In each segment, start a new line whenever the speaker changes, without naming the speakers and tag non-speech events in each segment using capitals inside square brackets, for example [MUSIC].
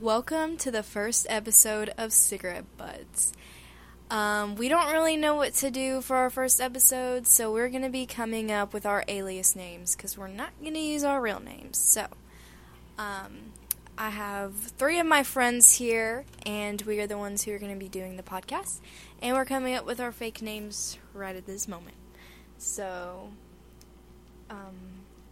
Welcome to the first episode of Cigarette Buds. Um, we don't really know what to do for our first episode, so we're going to be coming up with our alias names because we're not going to use our real names. So, um, I have three of my friends here, and we are the ones who are going to be doing the podcast, and we're coming up with our fake names right at this moment. So, um,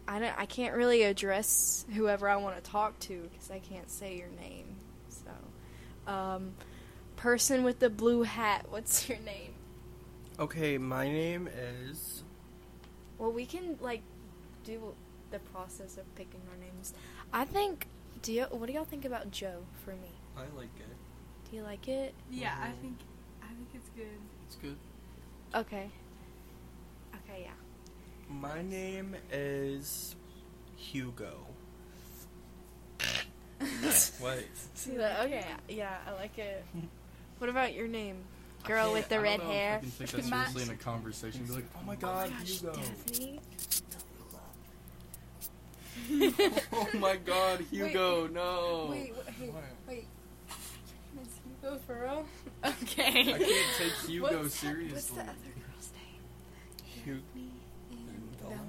I don't. I can't really address whoever I want to talk to because I can't say your name. So, um, person with the blue hat. [LAUGHS] What's your name?
Okay, my name is.
Well, we can like do the process of picking our names. I think. Do you? What do y'all think about Joe for me?
I like it.
Do you like it?
Yeah, I
Mhm.
think I think it's good.
It's good.
Okay. Okay. Yeah.
My name is Hugo.
[LAUGHS]
Wait.
Do you like
okay.
it?
Yeah, I like it. what about your name, girl
I
with the
can't- I
red
don't know if
hair?
I can take that
My-
seriously in a conversation. Be like, oh my god.
God,
Gosh,
Hugo. [LAUGHS]
Daphne. [LAUGHS]
oh my god, Hugo, no.
Wait, wait, hey,
Why?
wait. Is Hugo for real? Okay.
[LAUGHS]
I can't take Hugo
What's that-
seriously.
What's the other girl's name?
Hugo.
Me and
Velma.
Velma.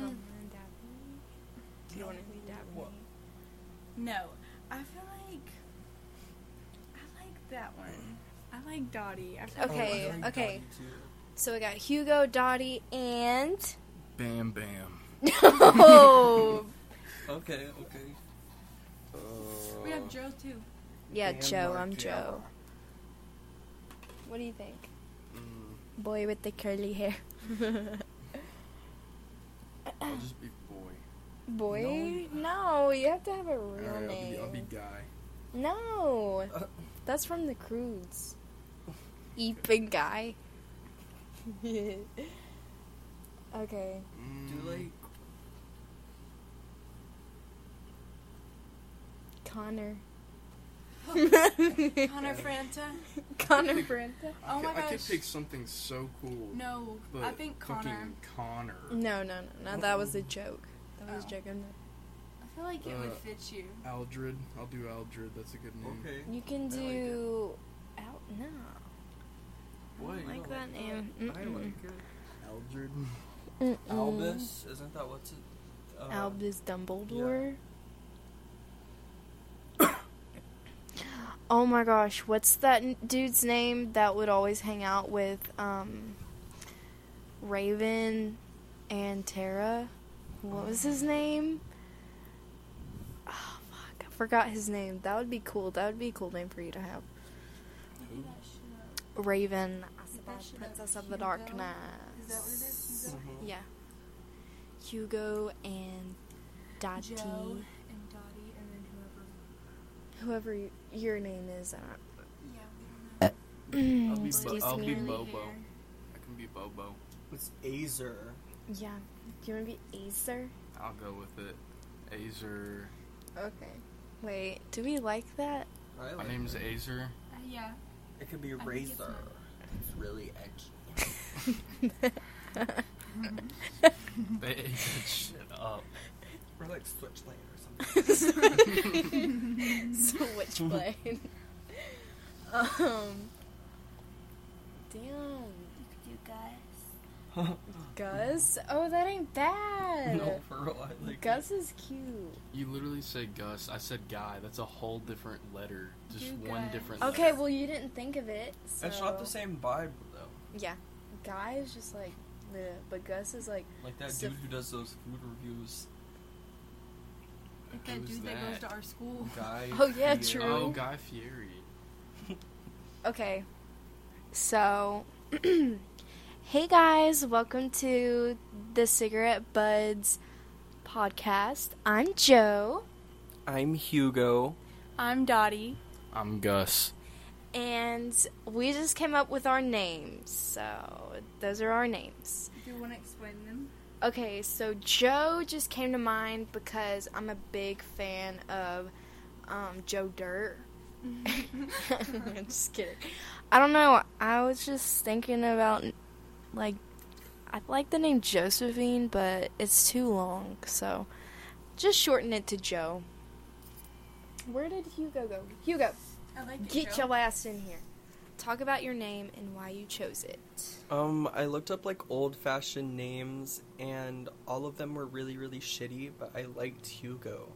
Velma
Um,
and Daphne. Do you want to be Daphne?
What?
no. I feel like I like that one. I like Dottie. I feel
Okay,
Oh, I like
okay.
Dottie, too.
So we got Hugo, Dottie, and [LAUGHS]
Bam, bam.
no.
Okay, okay. Uh,
We have Joe too.
[LAUGHS] yeah,
Dan
Joe. I'm
Martell.
Joe. What do you think?
Mm,
Boy with the curly hair.
I'll just be boy.
Boy? No. you have to have a real
Alright, I'll
name.
be, I'll be guy.
No.
Uh.
That's from the Crudes. Eeping guy. okay.
Mm,
Do like
[LAUGHS] Connor.
Connor Franta.
Connor Branta?
I
oh
could,
my
I could
gosh.
pick something so cool.
No,
but
I think Connor.
fucking Connor.
No, no, no, no. That was a joke. That was a
Oh.
joke. I'm
I feel like it would
Uh,
fit you.
Aldred. I'll do Aldred. That's a good name.
okay.
not- You can
I like it.
do. out. No. Mm,
What? You
I
don't
like that name.
I
Mm-mm.
like it. Aldred.
Mm-mm.
Albus. Isn't that what's it? Uh,
mm. Albus Dumbledore. oh my gosh, what's that n- dude's name that would always hang out with um Raven and Tara? What was his name? Oh fuck, I forgot his name. That would be cool. That would be a cool name for you to have.
Look at that uh, shit
Raven,
Is that shit
Princess
up
of the Dark
Hugo?
Knight.
Is that what it is? Hugo?
mhm.
Yeah. Hugo and Dottie.
Joe and Dottie, and then whoever.
Whoever y- your name is, I [CLEARS THROAT]
Yeah, we don't know.
don't
I'll be, bo-
Excuse
I'll
me.
be
Curly
Bobo.
hair.
[LAUGHS] I can be Bobo.
It's Azer.
Yeah. Do you want to be Acer?
I'll go with it. Azer.
Okay. Wait, do we like
[LAUGHS]
that? [LAUGHS]
I
My
like
name's
it.
Azer.
Uh, yeah.
It could be
I think it's
Razor. It's really edgy.
They [LAUGHS] ate that shit up.
Or like Switchblade or something.
Switchblade. um. Damn.
You guys.
[LAUGHS]
[LAUGHS]
Gus? Oh, that ain't bad.
No, for real, I like
Gus is cute.
You literally said Gus. I said guy. That's a whole different letter. Just
You
one
guys.
different letter.
Okay, well, you didn't think of it. So.
It's not the same vibe though.
Yeah. Guy is just like, bleh, but Gus is like,
Like that
So-
dude who does those food reviews.
Like that
Who's
dude that? goes
that?
to our school.
Guy.
Oh, yeah,
Fieri.
true.
Oh, Guy Fieri.
Okay. So, [CLEARS THROAT] hey guys, welcome to the Cigarette Buds podcast. I'm Joe,
I'm Hugo.
I'm Dottie.
I'm Gus.
and we just came up with our names. So, those are our names.
Do you want to explain [LAUGHS] them?
Okay, so Joe just came to mind because I'm a big fan of um, Joe Dirt. [LAUGHS] I'm just kidding. I don't know. I was just thinking about like I like the name Josephine, but it's too long, so just shorten it to Joe. Where did Hugo go? Hugo,
I like it.
get
Joe.
your ass in here. Talk about your name and why you chose it.
Um, I looked up like old fashioned names and all of them were really, really shitty, but I liked Hugo.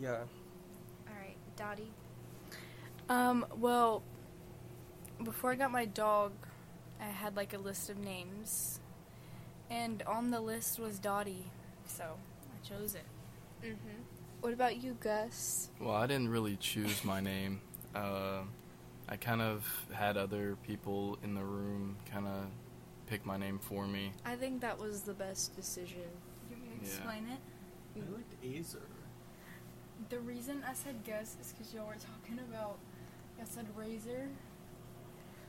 Yeah.
All right, Dottie.
Um, well, before I got my dog, I had like a list of names. And on the list was Dottie, so I chose it.
Mm-hmm. What about you, Gus?
Well, I didn't really choose my name. Uh, I kind of had other people in the room kind of pick my name for me.
I think that was the best [LAUGHS] decision.
You want me to
Yeah.
explain it?
I liked Azer.
The reason I said Gus is because y'all were talking about. I said razor,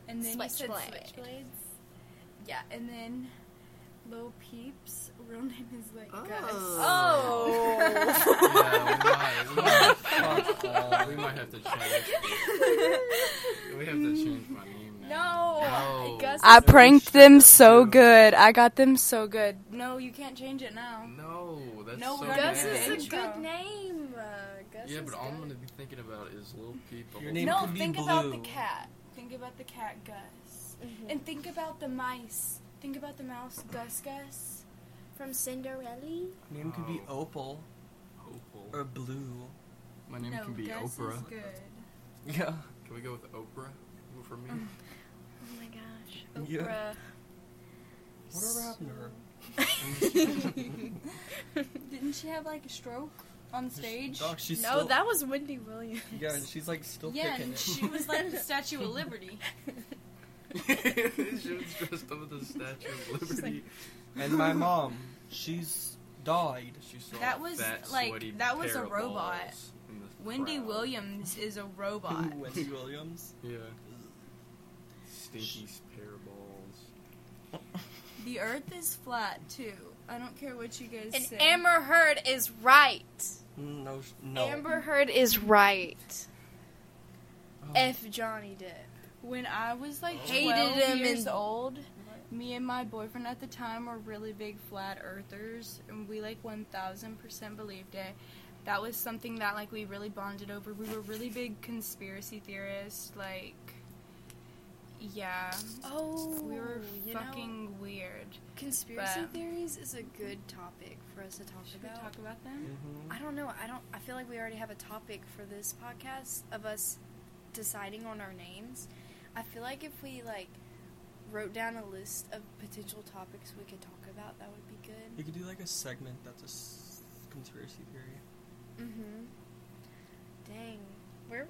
and then you said
Switchblade.
switchblades. Yeah, and then Lil Peeps' real name is like Gus. [LAUGHS]
Oh.
[LAUGHS] yeah, we might, we, might, fuck all, we might have to change. We have to change my name now.
No,
No.
Gus.
I
I
That's pranked
pranked
really them
them
shut so
so
up, dude. good.
good. I got them so good. No, you can't change it now.
No, that's
No,
so
we're
Gus
gonna
bad.
is a
change
good
though.
name. Uh, Gus
Yeah,
is
but all I'm
good.
gonna be thinking about is little people.
Your name
no,
could be
think about the
Blue.
cat. Think about the cat, Gus.
Mhm.
And think about the mice. Think about the mouse, Gus, Gus.
From Cinderella? Oh
Name could be Opal
Opal.
or Blue.
My name
no,
can be
Gus
Oprah.
is good.
Yeah.
Can we go with Oprah for me? [LAUGHS]
Oh my gosh.
Yeah.
Oprah.
Whatever happened to her?
Didn't she have like a stroke on [LAUGHS] stage?
Doc, she's
no,
still-
that was Wendy Williams.
Yeah, and she's like still
yeah,
kicking
and
it.
she was
[LAUGHS]
like the Statue of Liberty.
she was dressed up as a Statue of Liberty.
and my mom, she's died.
[LAUGHS]
she saw
That was,
fat,
like,
sweaty
that was
pair
a
of
robot.
balls in the
Wendy
crowd.
Williams is a robot.
Wendy Williams.
Yeah. Stinky s- pair of balls.
the Earth is flat too. I don't care what you guys
and
say.
Amber Heard is right.
Mm, No, sh- no.
Amber Heard is right.
Oh.
F Johnny Depp.
when I was like
Hated
12
him
years
and-
old, me and my boyfriend at the time were really big flat earthers, and we like 1,000% believed it. That was something that like we really bonded over. We were really big conspiracy theorists. Like, yeah,
Oh,
we were
you Know,
fucking weird.
conspiracy
but-
theories is a good topic for us to talk
Should we
about.
talk about them?
Mhm.
I don't know. I don't. I feel like we already have a topic for this podcast of us deciding on our names. I feel like if we like wrote down a list of potential topics we could talk about, that would be
You
good.
could do like a segment that's a s- conspiracy theory.
Mm-hmm. Dang, we're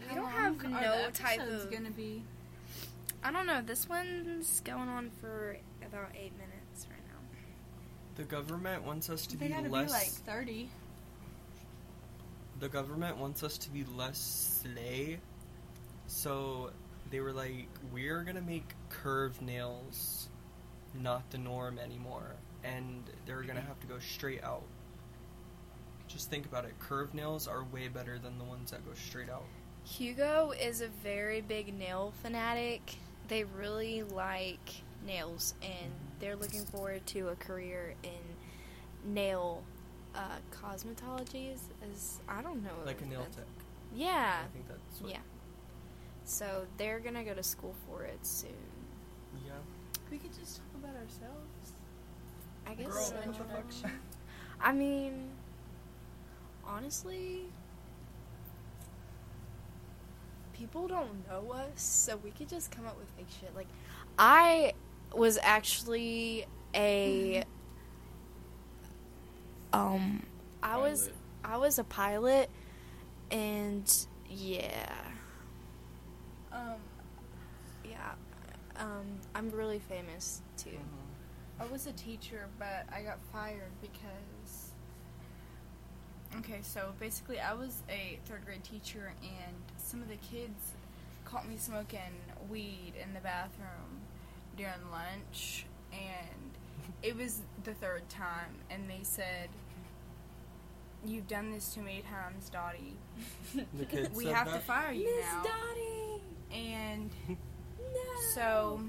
we
How
don't
long
have
are the
no type
episodes
of.
gonna be.
I don't know. This one's going on for about eight minutes right now.
The government wants us to
They
be
gotta
less.
be like thirty.
the government wants us to be less slay, so they were like, we're gonna make curved nails not the norm anymore, and they're gonna have to go straight out. Just think about it. Curved nails are way better than the ones that go straight out.
Hugo is a very big nail fanatic. They really like nails, and they're looking forward to a career in nail uh, cosmetology. Is, is I don't know.
Like a nail
That's-
tech.
Yeah,
I think that's what,
yeah. So they're gonna go to school for it soon.
Yeah.
We could just talk about ourselves.
I guess.
Girl,
so.
what the fuck?
[LAUGHS] I mean, honestly, people don't know us, so we could just come up with fake shit. Like, I was actually
[LAUGHS]
a um, I was
Violet.
I was a pilot, and yeah,
Um,
yeah, um, I'm really famous too.
Mm-hmm.
[LAUGHS]
I was a teacher, but I got fired because. Okay, so basically, I was a third grade teacher, and some of the kids caught me smoking weed in the bathroom during lunch, and it was the third time, and they said, "You've done this too many times, Dottie.
The kids
We
said
have
that.
to fire you
Miss
now."
Dottie,
And
no.
so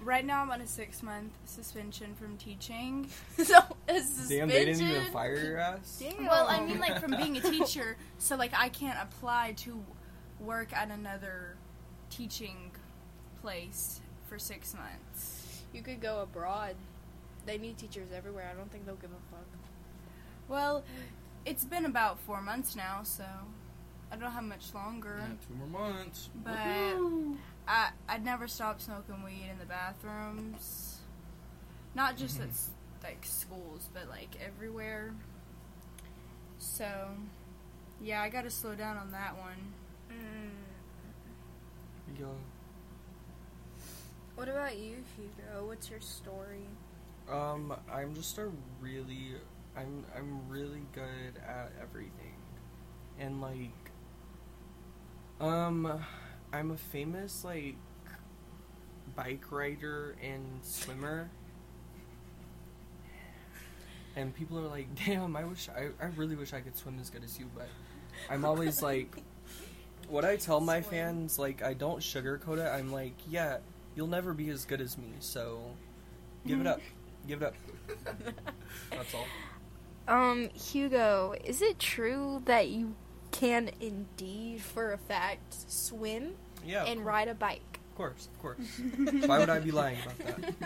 Right now, I'm on a six month suspension from teaching. [LAUGHS]
so it's suspension.
Damn, they didn't even fire your ass.
Damn.
Well, I mean, like from being a teacher, so like I can't apply to work at another teaching place for six months.
you could go abroad. They need teachers everywhere. I don't think they'll give a fuck.
Well, it's been about four months now, so I don't have much longer.
Yeah, two more months.
But I I never stopped smoking weed in the bathrooms. Not just at s- like schools, but like everywhere. So, yeah, I got to slow down on that one.
Yo,
What about you, Hugo? What's your story?
um, I'm just a really, I'm I'm really good at everything, and like, um, I'm a famous like bike rider and swimmer. And people are like, [LAUGHS] damn, I wish, I, I really wish I could swim as good as you, but I'm always like, what I tell my
Swim.
fans, like, I don't sugarcoat it. I'm like, yeah, you'll never be as good as me, so give it up. Give it
[LAUGHS]
up. That's all.
Um, Hugo, is it true that you can indeed, for a fact, swim
Yeah,
and ride a bike?
of course, of
[LAUGHS]
course. Why would I be lying about that?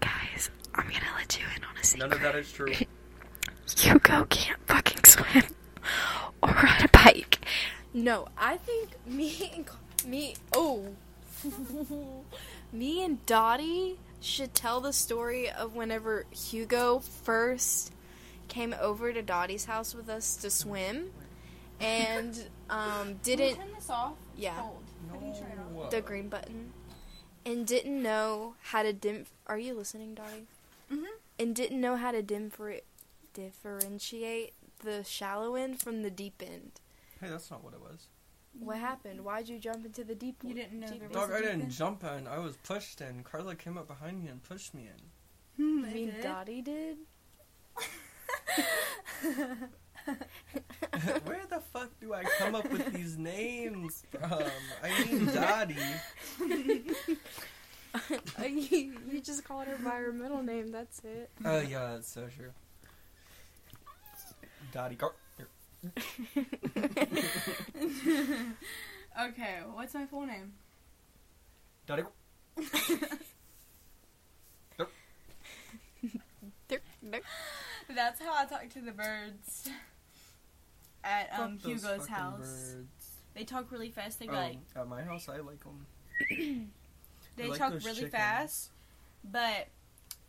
Guys, I'm gonna let you in on a secret. [LAUGHS]
None of that is true.
Hugo can't fucking swim [LAUGHS] or ride a bike.
No, I think me and Co- me oh [LAUGHS] me and Dottie should tell the story of whenever Hugo first came over to Dottie's house with us to swim and um didn't
turn this off?
yeah.
How do you turn
[LAUGHS]
it off?
No.
the green button and didn't know how to dim are you listening, Dottie?
Mhm.
And didn't know how to dim differentiate the shallow end from the deep end.
Hey, that's not what it was.
What happened? Why'd you jump into the deep
Mm-hmm. You
end?
didn't know there was
Dog, I didn't
Ethan?
jump in. I was pushed in. Carla came up behind me and pushed me in.
[LAUGHS]
I mean, [LAUGHS] Dottie did.
Where the fuck do I come up with
[LAUGHS]
these names from? I mean, Dottie.
you, you just called her by her middle name. That's
[LAUGHS]
it.
Oh, yeah, that's so true. Dottie. Gar- here.
Okay, what's my full name?
Dottie. Gar-
That's how I talk to the birds at um,
Fuck those
Hugo's
fucking
house.
birds.
They talk really fast. They
Oh,
like
at my house, I like them.
they talk really fast. But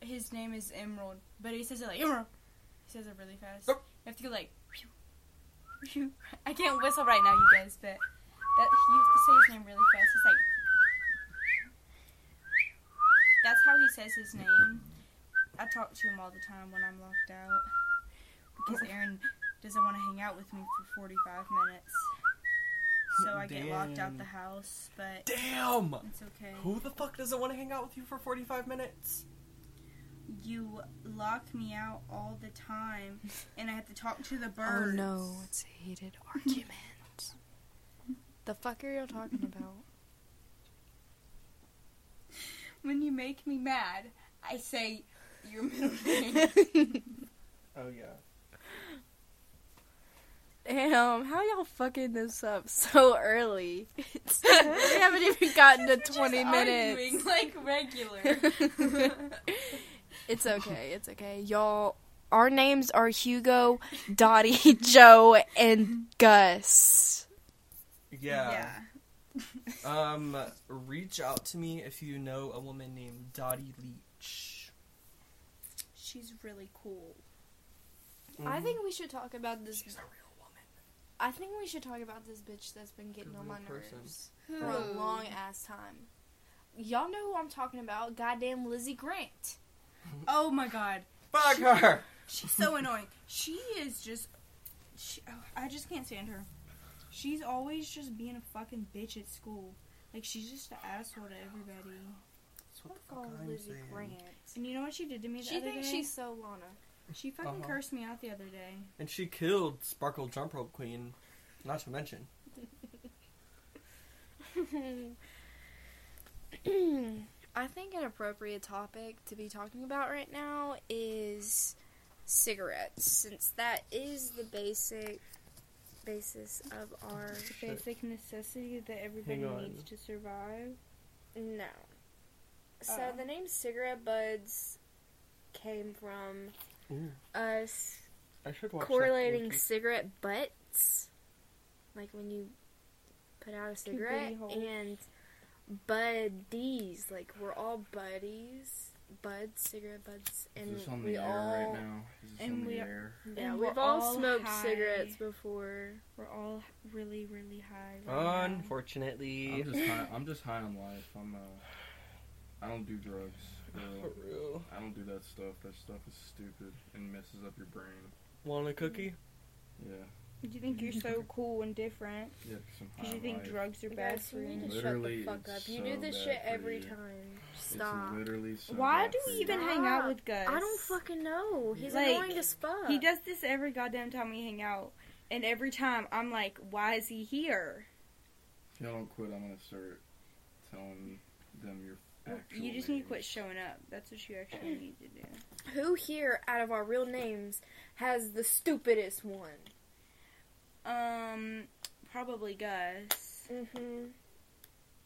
his name is Emerald. But he says it like Emerald. He says it really fast. You
Yep.
have to go like. I can't whistle right now, you guys. But that you have to say his name really fast. It's like. That's how he says his name. I talk to him all the time when I'm locked out because Aaron doesn't want to hang out with me for 45 minutes. So I get locked out the
Damn.
house,
[LAUGHS]
but
Damn!
it's okay.
Who the fuck doesn't want to hang out with you for 45 minutes?
You lock me out all the
[LAUGHS]
time, and I have to talk to the
Oh
birds.
no, it's a heated argument. the fuck are you talking about?
When you make me mad, I say
[LAUGHS]
your middle name.
Oh, yeah.
Damn, how y'all fucking this up so early? [LAUGHS] It's- we haven't even gotten to
We're just
20 minutes.
arguing like regular.
[LAUGHS] it's okay, it's okay. Y'all, our names are Hugo, Dottie, [LAUGHS] Joe, and Gus.
Yeah. Um, reach out to me if you know a woman named Dottie Leach.
She's really cool.
Mm.
I think we should talk about this.
she's a real woman.
I think we should talk about this bitch that's been getting
A
on
real
my
person.
nerves. for a long ass time. Y'all know who I'm talking about. Goddamn Lizzie Grant.
Oh my god.
Fuck her!
[LAUGHS]
She's so annoying. She is just. She, oh, I just can't stand her. She's always just being a fucking bitch at school. Like she's just an asshole to everybody.
That's what the fuck I'm saying.
And you know what she did to me the
She
other
thinks
day?
she's so Lana.
She fucking
Uh-huh.
cursed me out the other day.
And she killed Sparkle Jump Rope Queen, not to mention.
I think an appropriate topic to be talking about right now is cigarettes, since that is the basic basis of our
It's a Shit.
basic necessity that everybody
on.
needs to survive.
no. So
Oh.
the name cigarette buds came from
Ooh,
us
I should watch that
correlating
movie.
cigarette butts, like when you put out a cigarette,
holes.
and buddies, like we're all buddies, buds, cigarette butts, and we all
now? Is
and on the we-
air?
yeah,
And
we've
we're
all,
all
smoked
high.
cigarettes before.
We're all h- really, really high. Right now.
Unfortunately,
just high. I'm just high on life. I'm. Uh, I don't do drugs.
for real.
I don't do that stuff. That stuff is stupid and messes up your brain.
Want a cookie?
Yeah.
Uh,
Do you think
[LAUGHS]
you're so cool and different
Yeah, 'cause I'm high
because you
on
think
life.
drugs are bad
Guys,
for
you
you?
need to
Literally,
shut the fuck up.
it's
You do
so
this
bad
shit
for
every
you.
time. Stop.
It's literally so
Why
bad
do
for
we
you.
even hang out
Stop.
with Gus?
I don't fucking know. He's
Like,
annoying as fuck.
He does this every goddamn time we hang out, and every time I'm like, "Why is he here?"
If y'all don't quit, I'm gonna start telling them your actual
you just need to
names.
quit showing up. That's what you actually need to do.
Who here out of our real names has the stupidest one?
Um, probably Gus
Mm-hmm.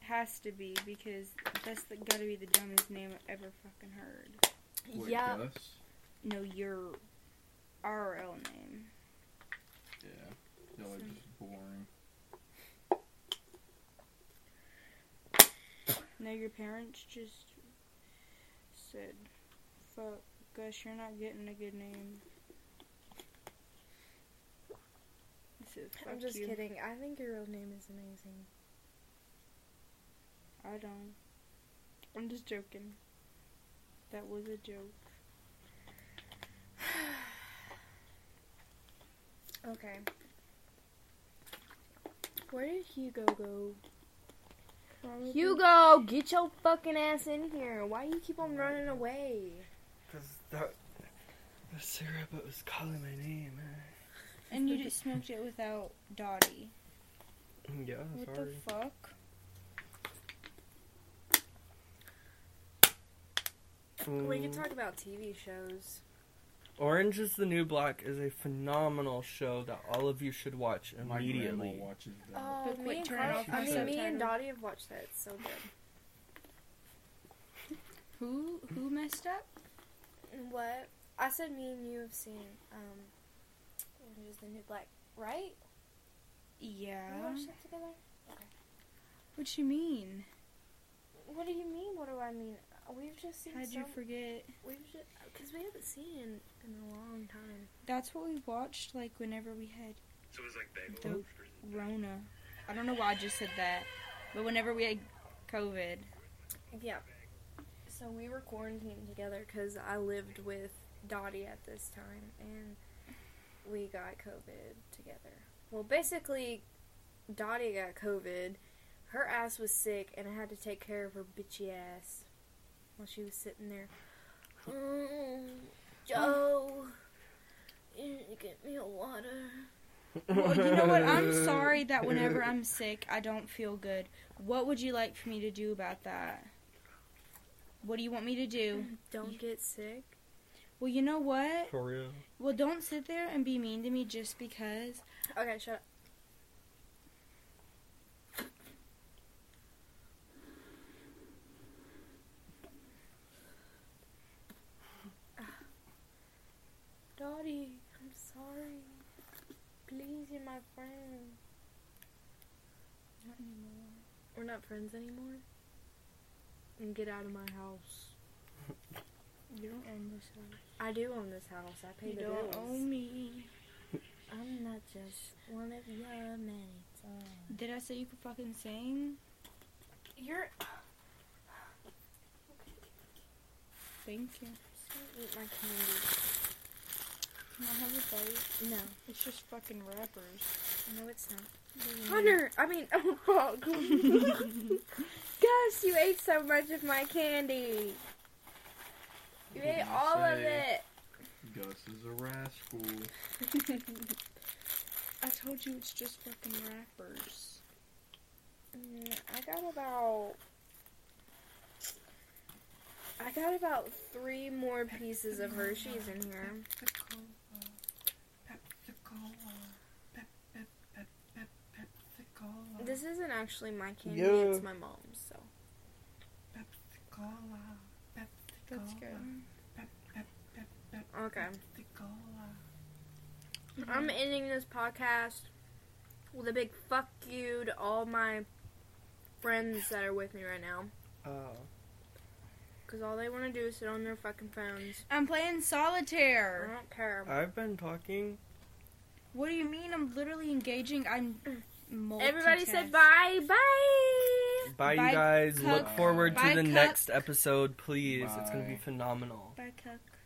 has to be because that's the, gotta be the dumbest name I've ever fucking heard.
What,
yeah.
Gus?
No, your RL name.
Yeah. Y'all are
Some-
just boring.
No, your parents just said, "Fuck, Gus, you're not getting a good name." They said,
I'm
"Fuck
just
you."
kidding. I think your real name is amazing.
I don't. I'm just joking. That was a joke.
Okay. Where did Hugo go? Mm-hmm.
Probably.
Hugo, get your fucking ass in here. Why you keep on running away?
Because that. The syrup that was calling my name. eh?
And you just smoked it without Dottie.
Mm, Yeah,
what
sorry.
the fuck?
We can
Mm.
talk about TV shows.
Orange is the New Black is a phenomenal show that all of you should watch
My grandma
immediately.
watches that.
Oh,
But
me
quit
and,
turning
Carl,
off
I
the
mean, me and
subtitles.
Dottie have watched that. It's so good.
Who who messed up?
What? I said me and you have seen um, Orange is the New Black, right?
Yeah.
We watched that together?
What you mean?
What do you mean? What do I mean? We've just seen
How'd
so
you forget?
We've just because we haven't seen it in, in a long time.
That's what we watched like whenever we had
So it was like bagel
Dope.
loafers.
Rona. I don't know why I just said that, but whenever we had COVID,
Yeah. So we were quarantined together because I lived with Dottie at this time, and we got COVID together. Well, basically, Dottie got COVID. Her ass was sick, and I had to take care of her bitchy ass while she was sitting there. Mm, Joe, you need to get me a water.
well, Oh, you know what? I'm
[LAUGHS]
sorry that whenever I'm sick, I don't feel good. What would you like for me to do about that? What do you want me to [CLEARS THROAT] do?
Don't get sick.
Well, you know what?
For real.
Well, don't sit there and be mean to me just because.
Okay, shut up. Dottie, I'm sorry. Please, you're my friend. Not anymore. We're not friends anymore. And get out of my house.
You don't own this house.
I do own this house. I pay
You
the
don't
bills.
own me.
I'm not just one of your many.
Did I say you could fucking sing?
You're
[SIGHS] Thank you.
Don't eat my candy.
Can I have a bite?
No,
It's just fucking rappers.
no, Mm. it's not. Hunter, I mean, [LAUGHS] oh fuck. [LAUGHS] Gus, you ate so much of my candy. You
What did
ate
I
all of
say?
it.
Gus is a rascal.
I told you it's just fucking rappers. Mm, I got about. I got about three more pieces of Hershey's in here. This isn't actually my candy, it's my mom's, so.
That's good.
Okay. I'm ending this podcast with a big fuck you to all my friends that are with me right now.
Oh.
Because all they want to do is sit on their fucking phones.
I'm playing
I
solitaire.
don't care.
I've been talking.
What do you mean? I'm literally engaging. I'm.
Everybody
multitasking.
said bye. Bye.
Bye,
Bye,
you guys.
Cook.
Look forward
Bye,
to the
Cook.
next episode, please. It's going to be
Bye.
phenomenal.
Bye, Cook.